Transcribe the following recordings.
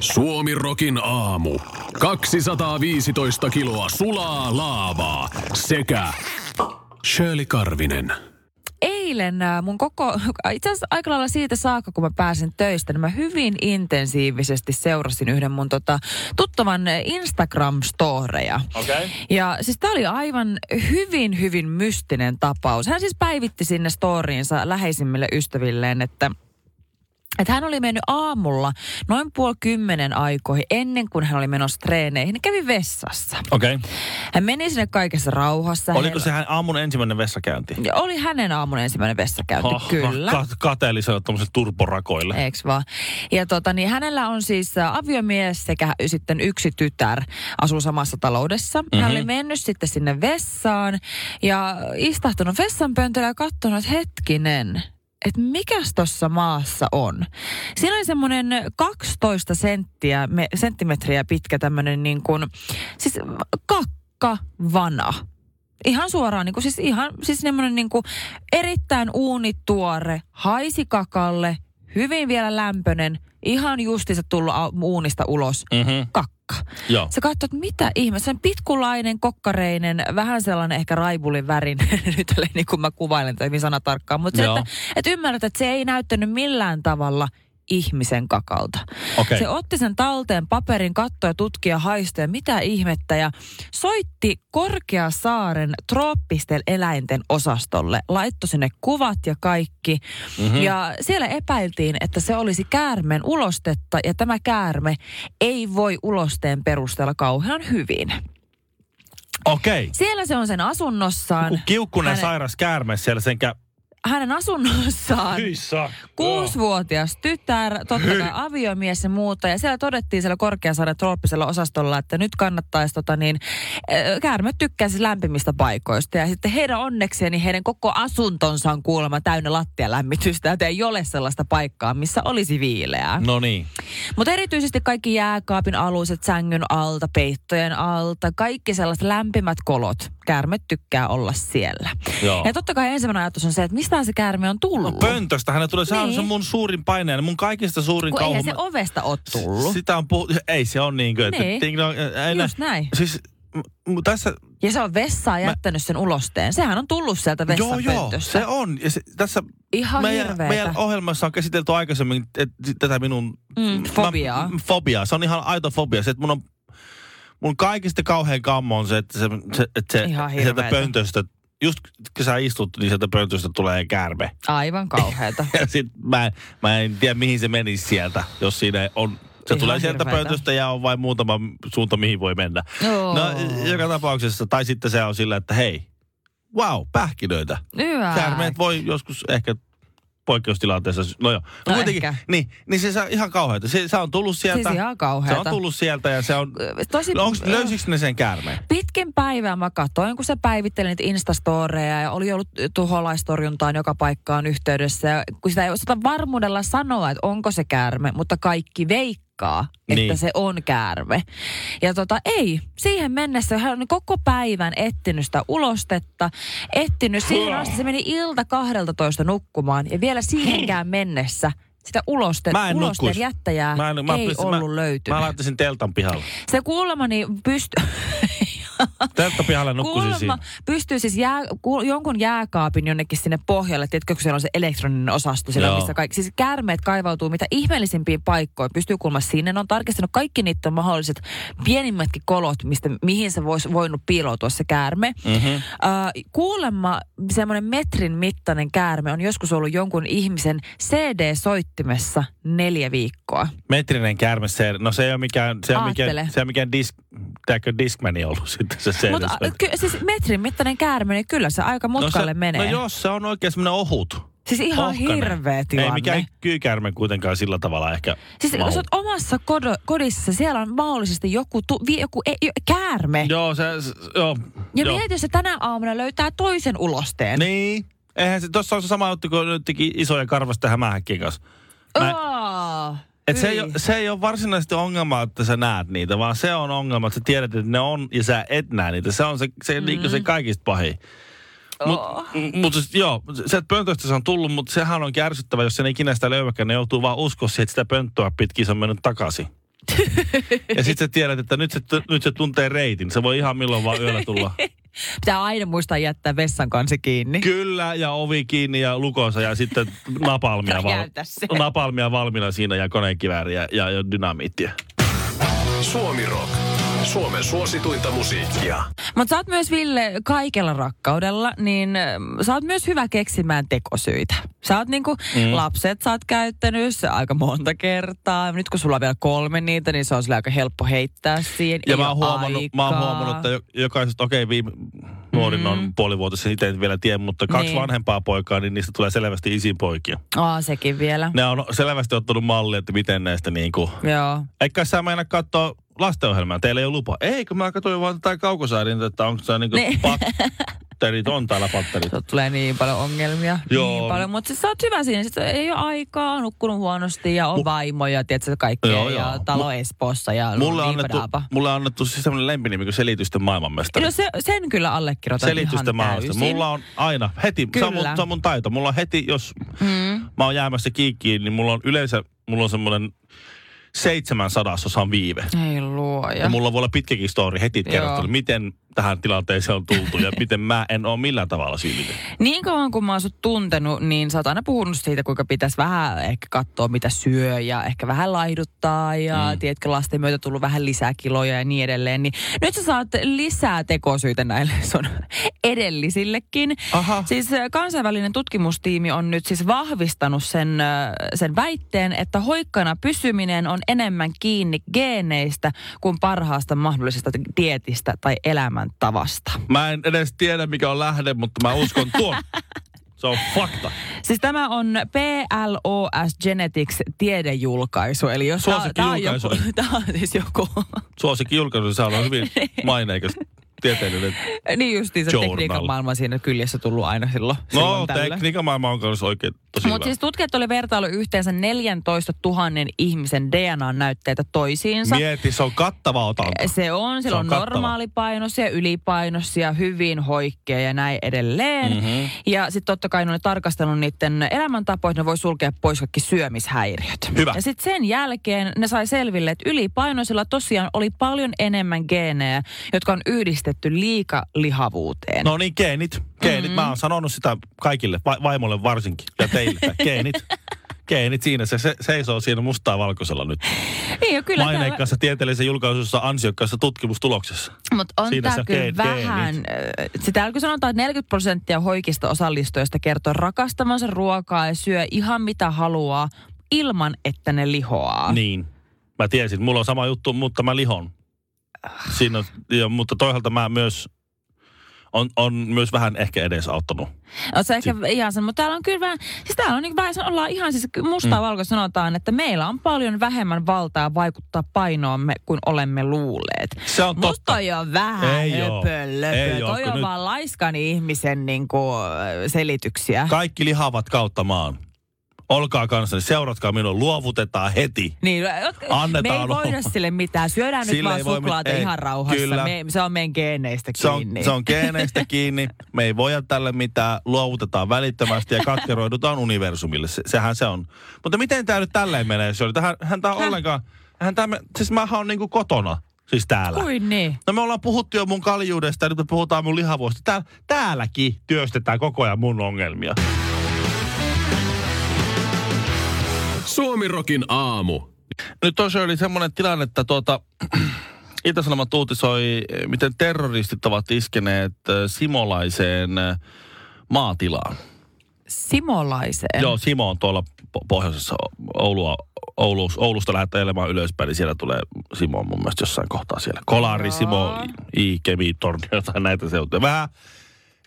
Suomi Rokin aamu. 215 kiloa sulaa laavaa sekä Shirley Karvinen. eilen ää, mun koko, itse asiassa aika lailla siitä saakka, kun mä pääsin töistä, niin mä hyvin intensiivisesti seurasin yhden mun tota, tuttavan Instagram-storeja. Okei. Ja siis tää oli aivan hyvin, hyvin mystinen tapaus. Hän siis päivitti sinne storiinsa läheisimmille ystävilleen, että että hän oli mennyt aamulla noin puoli kymmenen aikoihin ennen kuin hän oli menossa treeneihin. Hän kävi vessassa. Okei. Hän meni sinne kaikessa rauhassa. Oliko Hän- sehän aamun ensimmäinen vessakäynti? ja Oli hänen aamun ensimmäinen vessakäynti, kyllä. Ka- kateellisella tuommoiselle turborakoille. Eiks vaan? Ja tota, niin hänellä on siis ä, aviomies sekä y- sitten yksi tytär asuu samassa taloudessa. Mm-hmm. Hän oli mennyt sitten sinne vessaan ja istahtunut vessan pöntöllä ja katsonut, että hetkinen, että mikäs tuossa maassa on. Siinä oli semmoinen 12 senttiä, me, senttimetriä pitkä tämmöinen niin kuin, siis mm, kakkavana. Ihan suoraan, niin kuin, siis ihan siis semmoinen niin kuin erittäin uunituore, haisi kakalle, hyvin vielä lämpönen, ihan justiinsa tullut au- uunista ulos Mhm. kakka. Joo. Sä katsot, mitä ihme, sen pitkulainen, kokkareinen, vähän sellainen ehkä raibulin värin, nyt oli niin kuin mä kuvailen tätä hyvin sanatarkkaan, mutta se, Joo. että, että ymmärrät, että se ei näyttänyt millään tavalla ihmisen kakalta. Okei. Se otti sen talteen paperin, kattoi, tutkia, haistoja, mitä ihmettä ja soitti Korkeasaaren trooppisten eläinten osastolle. Laittoi sinne kuvat ja kaikki. Mm-hmm. Ja siellä epäiltiin, että se olisi käärmeen ulostetta ja tämä käärme ei voi ulosteen perusteella kauhean hyvin. Okei. Siellä se on sen asunnossaan. Kun Kiukkunen Hänen- sairas käärme siellä senkä... Hänen asunnossaan. Hyissa. Kuusivuotias tytär, totta kai aviomies ja muuta. Ja siellä todettiin siellä Korkeasaaren trooppisella osastolla, että nyt kannattaisi tota niin, äh, käärme tykkää siis lämpimistä paikoista. Ja sitten heidän onnekseen niin heidän koko asuntonsa on kuulemma täynnä lattialämmitystä, joten ei ole sellaista paikkaa, missä olisi viileää. No niin. Mutta erityisesti kaikki jääkaapin aluset, sängyn alta, peittojen alta, kaikki sellaiset lämpimät kolot. Käärme tykkää olla siellä. Joo. No, Ja totta kai ensimmäinen ajatus on se, että mistä se käärme on tullut. Pöntöstä hän tulee. Sehän on Niin. se mun suurin paineeni. Mun kaikista suurin Kun kauhu. eihän se ovesta ole tullut. Sitä on puhuttu. Ei se on niin kuin. että- Niin. Ding dong, äh, ei Just näin. Siis m- m- tässä Ja se on vessaan Mä- jättänyt sen ulosteen. Sehän on tullut sieltä Joo, joo, vessanpöntöstä. se on. Ja se, tässä Ihan meidän, hirveetä. meidän ohjelmassa on käsitelty aikaisemmin et, tätä minun... Mm, fobiaa. Mä, fobiaa. Se on ihan aito fobia. Se, että mun on... Mun kaikista kauhean kammo on se, että se, se, että se Ihan sieltä hirveetä. pöntöstä... Just kun sä istut, niin sieltä pöntöstä tulee käärme. Aivan kauheata. Ja sit mä, mä en tiedä, mihin se menisi sieltä, jos siinä on... Se Ihan tulee sieltä hirveetä. pöntöstä ja on vain muutama suunta, mihin voi mennä. Joo. No, joka tapauksessa. Tai sitten se on sillä, että hei, wow, pähkinöitä. Hyvä. Käärmeet voi joskus ehkä poikkeustilanteessa, no joo. No, No kuitenkin, ehkä. niin, niin se, se on ihan kauheata. Se, se on tullut sieltä. Siis ihan se kauheata. on tullut sieltä ja se on, Tosi... no onks, löysikö ne sen käärmeen? Pitkin päivää mä katsoin, kun se päivitteli niitä instastoreja ja oli ollut tuholaistorjuntaan joka paikkaan yhteydessä. Ja kun sitä ei osata varmuudella sanoa, että onko se käärme, mutta kaikki veikkaa, että Niin. se on käärme. Ja tota, ei. Siihen mennessä hän on niin koko päivän etsinyt sitä ulostetta, etsinyt siihen asti. Se meni ilta 12 nukkumaan ja vielä siihenkään mennessä sitä uloste, Mä en ulosteen nukkuis. jättäjää Mä en- mä ei pystyn- mä- ollut löytynyt. Mä laittaisin teltan pihalle. Se kuulemani pystyy... Teltan pihalle nukkuisin Kuulemma siinä. pystyy siis jää, ku, jonkun jääkaapin jonnekin sinne pohjalle, tiedätkö, kun siellä on se elektroninen osasto, siellä on Joo. missä kaikki, siis käärmeet kaivautuu mitä ihmeellisimpiin paikkoihin, pystyy kuulemma sinne, ne on tarkistanut kaikki niitä mahdolliset pienimmätkin kolot, mistä, mihin se voisi voinut piiloutua se käärme. Mm-hmm. Äh, kuulemma semmoinen metrin mittainen käärme on joskus ollut jonkun ihmisen CD-soittimessa neljä viikkoa. Metrinen käärme, se, no se ei ole mikään, se ei ole mikään, Aattele. se ei ole mikään disk, tääkö diskmani ollut sitten se se. Mutta ky- siis metrin mittainen käärme, niin kyllä se aika mutkalle no se, menee. No jos se on oikein semmoinen ohut. Siis ihan ohkainen. hirveä tilanne. Ei mikään kyykäärme kuitenkaan sillä tavalla ehkä Siis kun mahu. sä oot omassa kodo, kodissa, siellä on mahdollisesti joku, tu, vi, joku e, jo, käärme. Jo, Joo, se, s- joo. ja joo. mieti, jos se tänä aamuna löytää toisen ulosteen. Niin. Eihän se, tossa on se sama juttu, kun nyt teki isoja karvasta hämähäkkiä kanssa. Niin, Mä, Oh, et se, ei, oo- se ei ole varsinaisesti ongelma, että sä näet niitä, vaan se on ongelma, että sä tiedät, että ne on ja sä et näe niitä. Se on se, se, mm. niin se kaikista pahin. Mutta Oh. mut, siis joo, se että pöntöstä se on tullut, mutta niin sehän on kärsyttävä, jos sen ikinä sitä löyväkään, ne joutuu vaan uskoa siihen, että sitä pönttöä pitkin se on mennyt takaisin. ja sitten sä tiedät, että nyt se, nyt se tuntee reitin. Se voi ihan milloin vaan yöllä tulla. Pitää aina muistaa jättää vessan kansi kiinni. Kyllä, ja ovi kiinni ja lukossa ja sitten napalmia, val- Räjäytä se. napalmia valmiina siinä ja konekivääriä ja, ja dynamiittia. Suomi Rock. Suomen suosituinta musiikkia. Mutta sä oot myös, Ville, kaikella rakkaudella, niin ö, sä oot myös hyvä keksimään tekosyitä. Sä oot niinku, mm. lapset sä oot käyttänyt se aika monta kertaa. Nyt kun sulla on vielä kolme niitä, niin se on sille aika helppo heittää siihen. Ja Ei mä oo oon, huomannut, mä oon aikaa. huomannut, että jo- jokaisesta, okei, viime, nuorin mm. on puolivuotisen, itse en vielä tiedä, mutta kaksi Niin. niin. vanhempaa poikaa, niin niistä tulee selvästi isin poikia. Aa, sekin vielä. Ne on selvästi ottanut mallia, että miten näistä niinku... Joo. Eikä sä mennä katsoa lastenohjelmaa, teillä ei ole lupa. Ei, kun mä katsoin vaan tätä kaukosäädintä, että onko se niinku Niin. patterit, on täällä patterit. Sulla tulee niin paljon ongelmia. Joo. Niin paljon, mutta siis sä oot hyvä siinä. Sit ei ole aikaa, on nukkunut huonosti ja on vaimoja, tiedätkö, kaikkea. Joo, ja joo. talo Espoossa ja niin Mulle on annettu, liipadaapa. mulle on annettu siis sellainen lempinimi kuin selitysten maailmanmestari. No se, sen kyllä allekirjoitan Selitysten ihan maailmasta. täysin. Mulla on aina, heti, se on, mun, Kyllä. se on mun taito. Mulla on heti, jos mm. mä oon jäämässä kiikkiin, niin mulla on yleensä, mulla on semmoinen seitsemän sadasosan viive. Ei luoja. Ja mulla voi olla pitkäkin story heti Joo. kerrottu, miten tähän tilanteeseen on tultu ja miten mä en ole millään tavalla syyllinen. Niin kauan kun mä oon sut tuntenut, niin sä oot aina puhunut siitä, kuinka pitäisi vähän ehkä katsoa, mitä syö ja ehkä vähän laihduttaa ja mm. tiedätkö, lasten myötä tullut vähän lisää kiloja ja niin edelleen. Niin nyt sä saat lisää tekosyitä näille sun edellisillekin. Aha. Siis äh, kansainvälinen tutkimustiimi on nyt siis vahvistanut sen, äh, sen väitteen, että hoikkana pysyminen on enemmän kiinni geeneistä kuin parhaasta mahdollisesta dietistä tai elämäntavasta. Mä en edes tiedä, mikä on lähde, mutta mä uskon tuon. Se on fakta. Siis tämä on PLOS Genetics tiedejulkaisu. Eli jos tää- Suosikki tää on joku, julkaisu. tää on siis joku, Suosikki julkaisu, sehän on hyvin maineikas tieteellinen niin justiin se Journal. tekniikan maailma siinä kyljessä tullut aina silloin. No, silloin tällöin. tekniikan maailma on kanssa oikein tosi Mutta hyvä. siis tutkijat oli vertailu yhteensä 14 000 ihmisen DNA-näytteitä toisiinsa. Mieti, se on kattava otanta. Se on, Se siellä on on, on kattava. normaalipainoisia, ylipainoisia, hyvin hoikkeja ja näin edelleen. Mm-hmm. Ja sitten totta kai ne oli tarkastanut niiden elämäntapoja, että ne voi sulkea pois kaikki syömishäiriöt. Hyvä. Ja sitten sen jälkeen ne sai selville, että ylipainoisilla tosiaan oli paljon enemmän geenejä, jotka on yhdistetty liikalihavuuteen. No niin, geenit. Geenit. Mm-hmm. Mä oon sanonut sitä kaikille, va- vaimolle varsinkin ja teille. että geenit. Geenit siinä. Se, se seisoo siinä mustaa valkoisella nyt. niin, ja kyllä täällä- Maineikkaassa tieteellisessä julkaisussa ansiokkaassa tutkimustuloksessa. Mutta on Siinä tämä sä kyllä teet vähän... geenit. äh, se Täällä kun sanotaan, että 40 prosenttia hoikista osallistujista kertoo rakastamansa ruokaa ja syö ihan mitä haluaa ilman, että ne lihoaa. Niin. Mä tiesin, mulla on sama juttu, mutta mä lihon. Ah. Siinä on, ja, mutta toisaalta mä myös, on, on myös vähän ehkä edesauttanut. On se ehkä ihan sen, mutta täällä on kyllä vähän, siis täällä on niin vähän, ollaan ihan siis mustaa mm. valko sanotaan, että meillä on paljon vähemmän valtaa vaikuttaa painoomme kuin olemme luulleet. Se on Musta totta. toi on vähän Ei oo. höpö, löpö. Ei oo, Toi kun on nyt- vaan laiskan ihmisen niin kuin, selityksiä. Kaikki lihavat kautta maan. Olkaa kanssani, seuratkaa minua, luovutetaan heti. Niin, jotka- Annetaan me ei olla. voida sille mitään. Syödään Sille nyt vaan ei voi mit- suklaata ei, ihan rauhassa. kyllä. Me, se on meidän geeneistä Se on, kiinni. se on geeneistä kiinni, me ei voida tälle mitään, luovutetaan välittömästi ja katkeroidutaan universumille, se, sehän se on. Mutta miten tämä nyt tälleen menee, Shirley? Tähän, hän tää on Häh? ollenkaan, hän tää, me- siis mähän on niinku kotona, siis täällä. Kuin niin. No me ollaan puhuttu jo mun kaljuudesta ja nyt me puhutaan mun lihavuosta. Tää, täälläkin työstetään koko ajan mun ongelmia. Suomi Rockin aamu. Nyt on Shirley semmoinen tilanne, että tuota, Itä-Sanomat uutisoi, eh, miten terroristit ovat iskeneet eh, simolaiseen eh, maatilaan. Simolaiseen. Joo, Simo on tuolla po- pohjoisessa O- Oulua, Oulus, Oulusta lähdetään elämään ylöspäin, niin siellä tulee Simo mun mielestä jossain kohtaa siellä. Kolari, Joo. Simo, I, Kemi, Torni, jotain näitä seutuja. Vähän,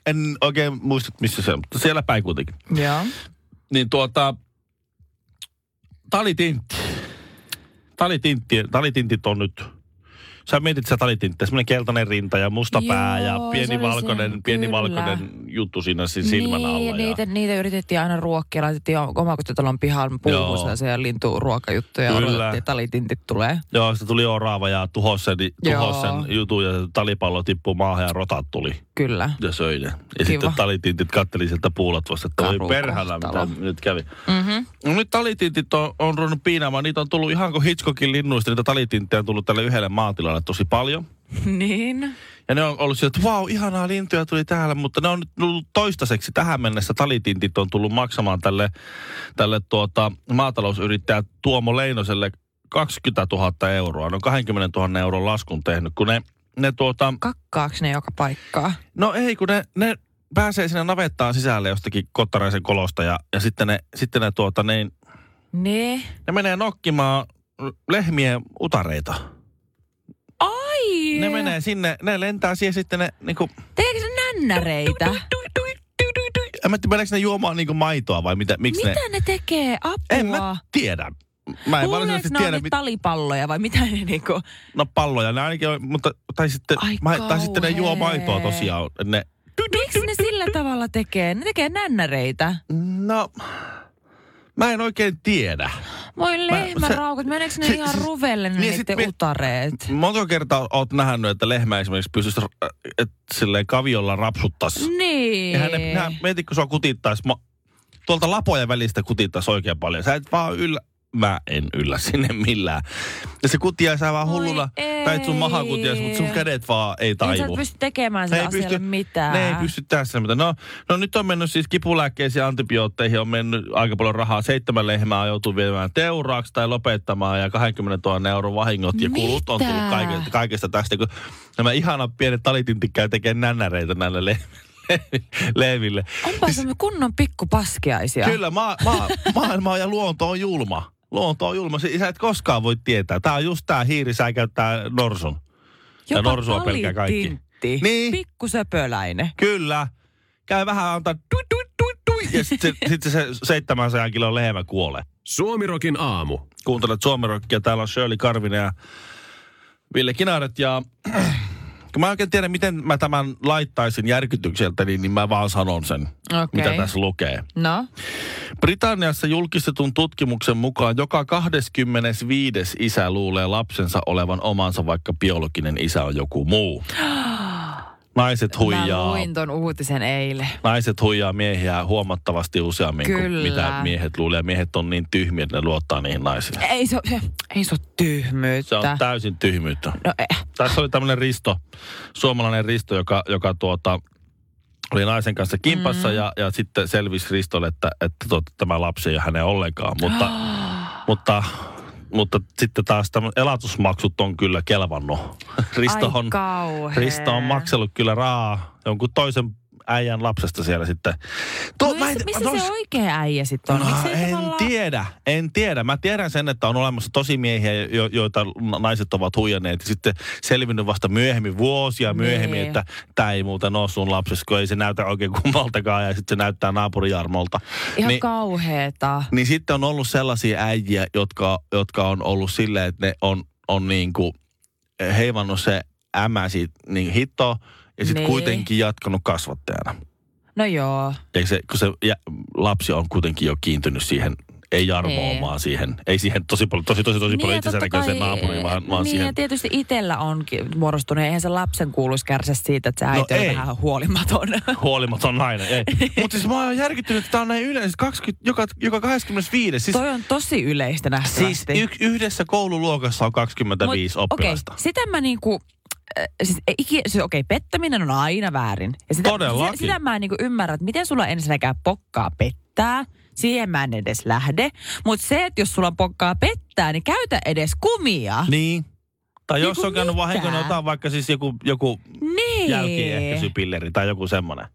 en oikein muista, missä se on, mutta siellä päin kuitenkin. Joo. Niin tuota, talitintti. Talitintti, talitintit on nyt, sä mietit sä talitinttiä, semmoinen keltainen rinta ja musta Joo, pää ja Joo, se pieni oli valkoinen, se, pieni kyllä. valkoinen juttu siinä si- silmän niin, alla. ja- Niitä, niitä yritettiin aina ruokkia. Laitettiin omakotitalon pihan Joo. puuhun se linturuokajuttuja. Kyllä. Odotettiin, että talitintit tulee. Joo, sitten tuli oraava ja tuhosi sen, Joo. tuhosi sen jutun ja se talipallo tippui maahan ja rotat tuli. kyllä. ja söi ne. Ja Kiva. sitten talitintit katteli sieltä puulatvasta, että Karu voi perhana, mitä kohtalo. nyt kävi. Mm-hmm. No nyt talitintit on, on ruvennut piinaamaan. Niitä on tullut ihan kuin Hitchcockin linnuista. Niitä talitinttejä on tullut tälle yhdelle maatilalle tosi paljon. Niin. Ja ne on ollut sillä, että vau, ihanaa lintuja tuli täällä, mutta ne on nyt tullut toistaiseksi tähän mennessä. Talitintit on tullut maksamaan tälle, tälle tuota, maatalousyrittäjä Tuomo Leinoselle 20 000 euroa. Ne on 20 000 euron laskun tehnyt, kun ne, ne tuota, Kakkaaks ne joka paikkaa? no ei, kun ne, ne pääsee sinne navettaan sisälle jostakin kottaraisen kolosta ja, ja sitten ne, sitten ne, tuota, niin, Ne. ne menee nokkimaan lehmien utareita. Ai! Ne menee sinne, ne lentää siihen sitten ne niinku, Teekö ne nännäreitä? en mä tiedä, meneekö ne juomaan niinku maitoa vai mitä, miksi ne... Mitä ne tekee? Apua. En mä tiedä. Mä en Luuleeko varsinaisesti ne on tiedä, niitä mit... talipalloja vai mitä ne niinku... no palloja ne ainakin on, mutta, tai sitten, Ai ma, tai sitten ne juo kauhea. maitoa tosiaan. Ne, Miksi ne sillä tavalla tekee? Ne tekee nännäreitä. no, mä en oikein tiedä. Voi Mä- lehmäraukat, meneekö ne se- ihan se- ruvelle ne niin, sit niiden mi- utareet? Monta kertaa oot nähnyt, että lehmä esimerkiksi pystyisi äh, et, silleen kaviolla rapsuttaisi. Niin. Eihän ne, nehän, mieti, kun sua kutittaisi, ma, tuolta lapojen välistä kutittaisi oikein paljon. Sä et vaan yllä, mä en yllä sinne millään. Ja se kutia sä vaan Voi hulluna, tai et sun ei. maha kutias, mutta sun kädet vaan ei taivu. Ei sä pysty tekemään sitä asialle mitään. Ne ei pysty tässä mitään. No, no nyt on mennyt siis kipulääkkeisiin ja antibiootteihin, on mennyt aika paljon rahaa. Seitsemän lehmää joutuu viemään teuraaksi tai lopettamaan ja 20 000 euron vahingot ja kulut on Mitä? tullut kaikesta, kaikesta tästä. Kun nämä ihanat pienet talitintikkäät tekee nännäreitä näille leh- lehmille. Onpa se kunnon pikkupaskiaisia. Kyllä, maa, maa, maailma ja luonto on julma. Luonto on julma. Si- Sä et koskaan voi tietää. Tää on just tää hiiri, sä käyttää norsun. Ja Jopa norsua pelkää kaikki. talitintti. Niin. Pikkusöpöläinen. Kyllä. Käy vähän antaa tui, tui, tui, tui. Ja sitten se, sit se, se 700 kilon lehmä kuolee. Suomirokin aamu. Kuuntelet Suomerokkia. Täällä on Shirley Karvinen ja Ville Kinaret. Ja kun mä en oikein tiedä, miten mä tämän laittaisin järkytykseltä, niin, niin mä vaan sanon sen, okay. Okei. mitä tässä lukee. No, Britanniassa julkistetun tutkimuksen mukaan joka 25. isä luulee lapsensa olevan omansa, vaikka biologinen isä on joku muu. Naiset mä huijaa luin ton uutisen eilen. naiset huijaa miehiä huomattavasti useammin kuin Kyllä. mitä miehet luulee. Miehet on niin tyhmiä, että ne luottaa niihin naisiin. Ei se, se, ei se ole tyhmyyttä. Se on täysin tyhmyyttä. no, eh. Tässä oli tämmöinen Risto, suomalainen Risto, joka, joka tuota, oli naisen kanssa kimpassa mm. ja, ja sitten selvisi Ristolle, että, että tuota, tämä lapsi ei ole hänen ollenkaan. Mutta, mutta, mutta sitten taas tämä elatusmaksut on kyllä kelvannut. Risto Ai on, kauhea. Risto on maksellut kyllä raa jonkun toisen äijän lapsesta siellä sitten. Tuo, No, no Missä, missä tuossa- se oikea äijä sitten on? No, Miksi ei en tavallaan- tiedä, en tiedä. Mä tiedän sen, että on olemassa tosi miehiä, jo, joita na- naiset ovat huijanneet. Ja Sitten selvinnyt vasta myöhemmin, vuosia myöhemmin, Niin. että tämä ei muuten ole sun lapsesi, kun ei se näytä oikein kummaltakaan ja sitten se näyttää naapuri Jarmolta. Ihan Niin- kauheeta. niin sitten on ollut sellaisia äijiä, jotka, jotka on ollut silleen, että ne on, on niin kuin heivannut se ämä siitä niin hittoa ja sitten Niin. kuitenkin jatkanut kasvattajana. No joo. Eikö se, kun se jä, lapsi on kuitenkin jo kiintynyt siihen, ei Jarmoon, Niin. vaan siihen, ei siihen tosi paljon, tosi tosi tosi paljon ja itsensä totta näköiseen kai- naapuriin, vaan, vaan niin, ja siihen. tietysti itsellä onkin muodostunut. Eihän se lapsen kuuluisi kärsiä siitä, että se äiti on No ei. Siis- vähän huolimaton. Huolimaton nainen, ei. Mutta siis mä oon järkyttynyt, että tää on näin yleensä, 20, joka, joka 25. Siis, Toi on tosi yleistä nähtävästi. siis y, yhdessä koululuokassa on 25 Mut, oppilasta. Okei, sitä mä niinku... äh, Siis, ei iki, siis okei, pettäminen on aina väärin. Ja sitä, Todellakin. Sitä, sitä mä en niinku ymmärrä, että miten sulla ensinnäkään pokkaa pettää. Siihen mä en edes lähde. Mutta se, että jos sulla pokkaa pettää, niin käytä edes kumia. Niin. Tai jos Niinku on käynyt mitä? vahinko, otan vaikka siis joku, joku Niin. jälkiehkäisypilleri tai joku semmoinen.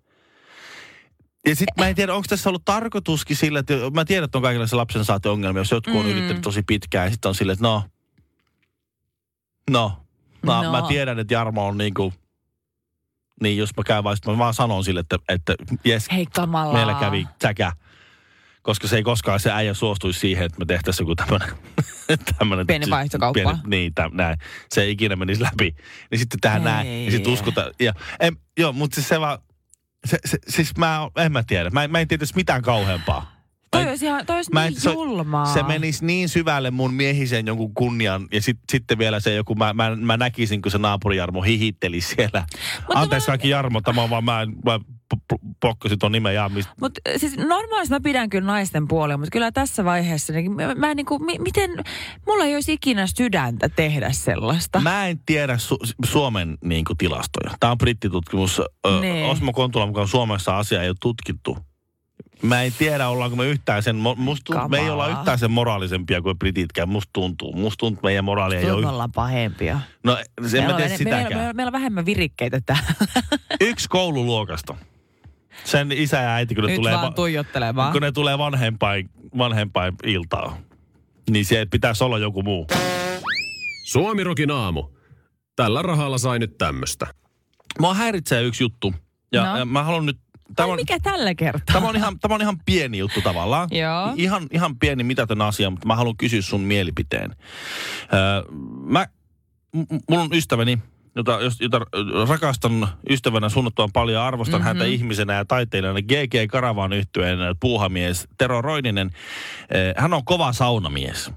Ja sitten mä en tiedä, onko tässä ollut tarkoituskin sillä, että mä tiedän, että on kaikenlaisia lapsensaationgelmia, jos jotkut on Mm. yrittänyt tosi pitkään ja sitten on silleen, että no, no, no, No. mä tiedän, että Jarmo on niinku, niin jos mä käyn vaan, sit mä vaan sanon sille, että, että jes, Hei kamalaa. meillä kävi säkä. Koska se ei koskaan se äijä suostuisi siihen, että me tehtäisiin joku tämmönen... tämmönen Pieni vaihtokauppa. niin, täm, näin. Se ei ikinä menisi läpi. Niin sitten tähän Ei. näin. Ja sitten uskotaan. Ja, en, joo, mutta siis se vaan... Se, se, siis mä, oon- en mä tiedä. Mä, en- mä en tiedä mitään kauheampaa. Toi olisi ihan, toi olisi mä en- niin se- julmaa. Se menisi niin syvälle mun miehisen jonkun kunnian. Ja sit, sitten vielä se joku, mä, mä, mä näkisin, kun se naapuri Jarmo hihitteli siellä. no Mutta Anteeksi mä... kaikki Jarmo, tämä on vaan mä, mä p- p- pokkasin ton nimen ja mistä. Mut siis normaalisti mä pidän kyllä naisten puolia, mutta kyllä tässä vaiheessa, niin mä, mä en niinku, mi, miten, mulla ei olisi ikinä sydäntä tehdä sellaista. Mä en tiedä Su- Suomen niin kuin, tilastoja. Tämä on brittitutkimus. Ö, Niin. Osmo Kontulan mukaan Suomessa asia ei ole tutkittu. Mä en tiedä, ollaanko me yhtään sen, mo- musta tuntuu, me ei olla Kamalaa. yhtään sen moraalisempia kuin brititkään, musta tuntuu. Musta tuntuu, että meidän moraali ei Kyllä ole me yh- ollaan pahempia. No, se en meillä, mä on tiedä en- meillä, sitäkään. meillä, meillä on vähemmän virikkeitä täällä. Yksi koululuokasta. Sen isä ja äiti, kun ne Nyt tulee, vaan tuijottelemaan. kun ne tulee vanhempain, vanhempain iltaa, niin se pitäisi olla joku muu. Suomirokin aamu. Tällä rahalla sai nyt tämmöstä. Mua häiritsee yksi juttu. Ja, No. ja mä haluan nyt... Ai Tämä on, mikä tällä kertaa? tämä on, ihan, tämä on ihan pieni juttu tavallaan. Joo. Ihan, ihan pieni mitätön asia, mutta mä haluan kysyä sun mielipiteen. Öö, mä, m- mulla on ystäväni, jota, jos- jota rakastan ystävänä suunnattoman paljon ja arvostan Mhm. mm-hmm. häntä ihmisenä ja taiteilijana. GG Karavan yhtyeen puuhamies Tero Roininen. Öö, Hän on kova saunamies.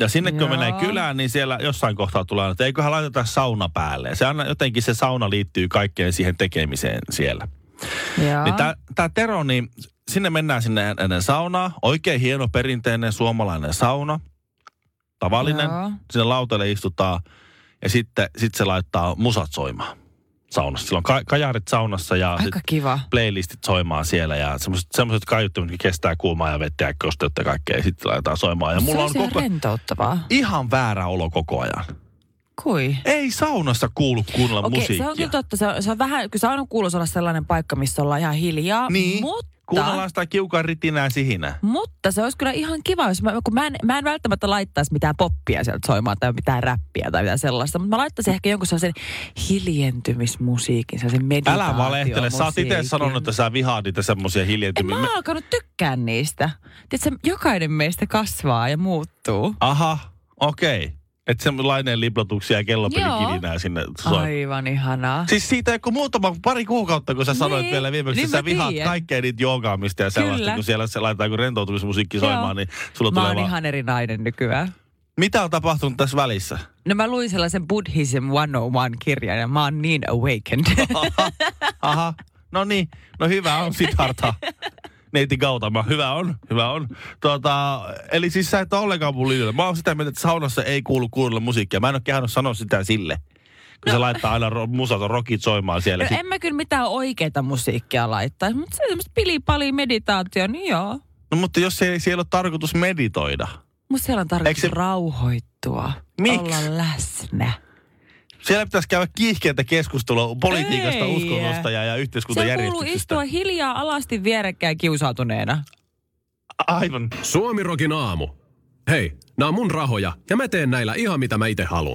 Ja sinne kun Joo. menee kylään, niin siellä jossain kohtaa tulee, aina, että eiköhän laiteta sauna päälle. Se aina, jotenkin se sauna liittyy kaikkeen siihen tekemiseen siellä. Joo. Niin tää, tää Tero, niin sinne mennään sinne ennen saunaa. Oikein hieno perinteinen suomalainen sauna. Tavallinen. Joo. Joo. Sinne lautalle istutaan ja sitten sit se laittaa musat soimaan saunassa. Sillä on ka- kajarit saunassa ja sit Aika kiva. playlistit soimaan siellä ja semmoiset semmoset kaiuttimet, mitkä kestää kuumaa ja vettä ja kosteutta ja kaikkea. Ja sitten laitetaan soimaan. Ja mulla on se on koko... koko... rentouttavaa. Ihan väärä olo koko ajan. Kui? Ei saunassa kuulu kuunnella Okei, musiikkia. se on kyllä totta. Se on, se on vähän, kyllä sauna kuuluisi olla sellainen paikka, missä ollaan ihan hiljaa. Niin, Mutta... kuunnellaan sitä kiukan ritinää sihinää. Mutta se olisi kyllä ihan kiva, jos mä, kun mä en, mä en välttämättä laittaisi mitään poppia sieltä soimaan tai mitään räppiä tai mitään sellaista, mutta mä laittaisin ehkä jonkun sellaisen hiljentymismusiikin, sellaisen meditaatiomusiikin. Älä valehtele. Sä oot itse sanonut, että sä vihaat niitä semmoisia En hiljentymiä. mä oon alkanut tykkää niistä. Tiedätkö, jokainen meistä kasvaa ja muuttuu. Aha, okei. Okay. Että semmoinen liplotuksia ja kellopelikilinää sinne soi. Aivan ihanaa. Siis siitä joku muutama pari kuukautta, kun sä sanoit Niin. vielä viimeksi, Niin että mä sä vihaat tiedän. kaikkea niitä joogaamista ja sellaista, Kyllä. kun siellä se laitetaan kun rentoutumismusiikki Joo. soimaan, niin sulla Mä tulee oon vaan... ihan eri nainen nykyään. Mitä on tapahtunut tässä välissä? No mä luin sellaisen Buddhism 101-kirjan ja mä oon niin awakened. Aha, no niin, no hyvä on Siddhartha. Neiti Gautama, hyvä on, hyvä on. Tota, eli siis sä et ole ollenkaan mun linjalla. Mä oon sitä mieltä, että saunassa ei kuulu kuunnella musiikkia. Mä en ole kehannut sanoa sitä sille. Kun no. se laittaa aina ro- musat rokit soimaan siellä. No Sit- en mä kyllä mitään oikeita musiikkia laittaisi, mutta se on semmoista pilipali meditaatio, niin joo. No mutta jos ei, siellä ole tarkoitus meditoida. Mutta siellä on tarkoitus Eikö se... se- rauhoittua, Miksi? olla läsnä. Siellä pitäisi käydä kiihkeätä keskustelua politiikasta, Ei. uskonnosta ja, ja Siellä kuuluu yhteiskuntajärjestyksestä. istua hiljaa alasti vierekkäin kiusautuneena. Aivan. Suomirokin aamu. Hei, nämä on mun rahoja ja mä teen näillä ihan mitä mä itse haluan.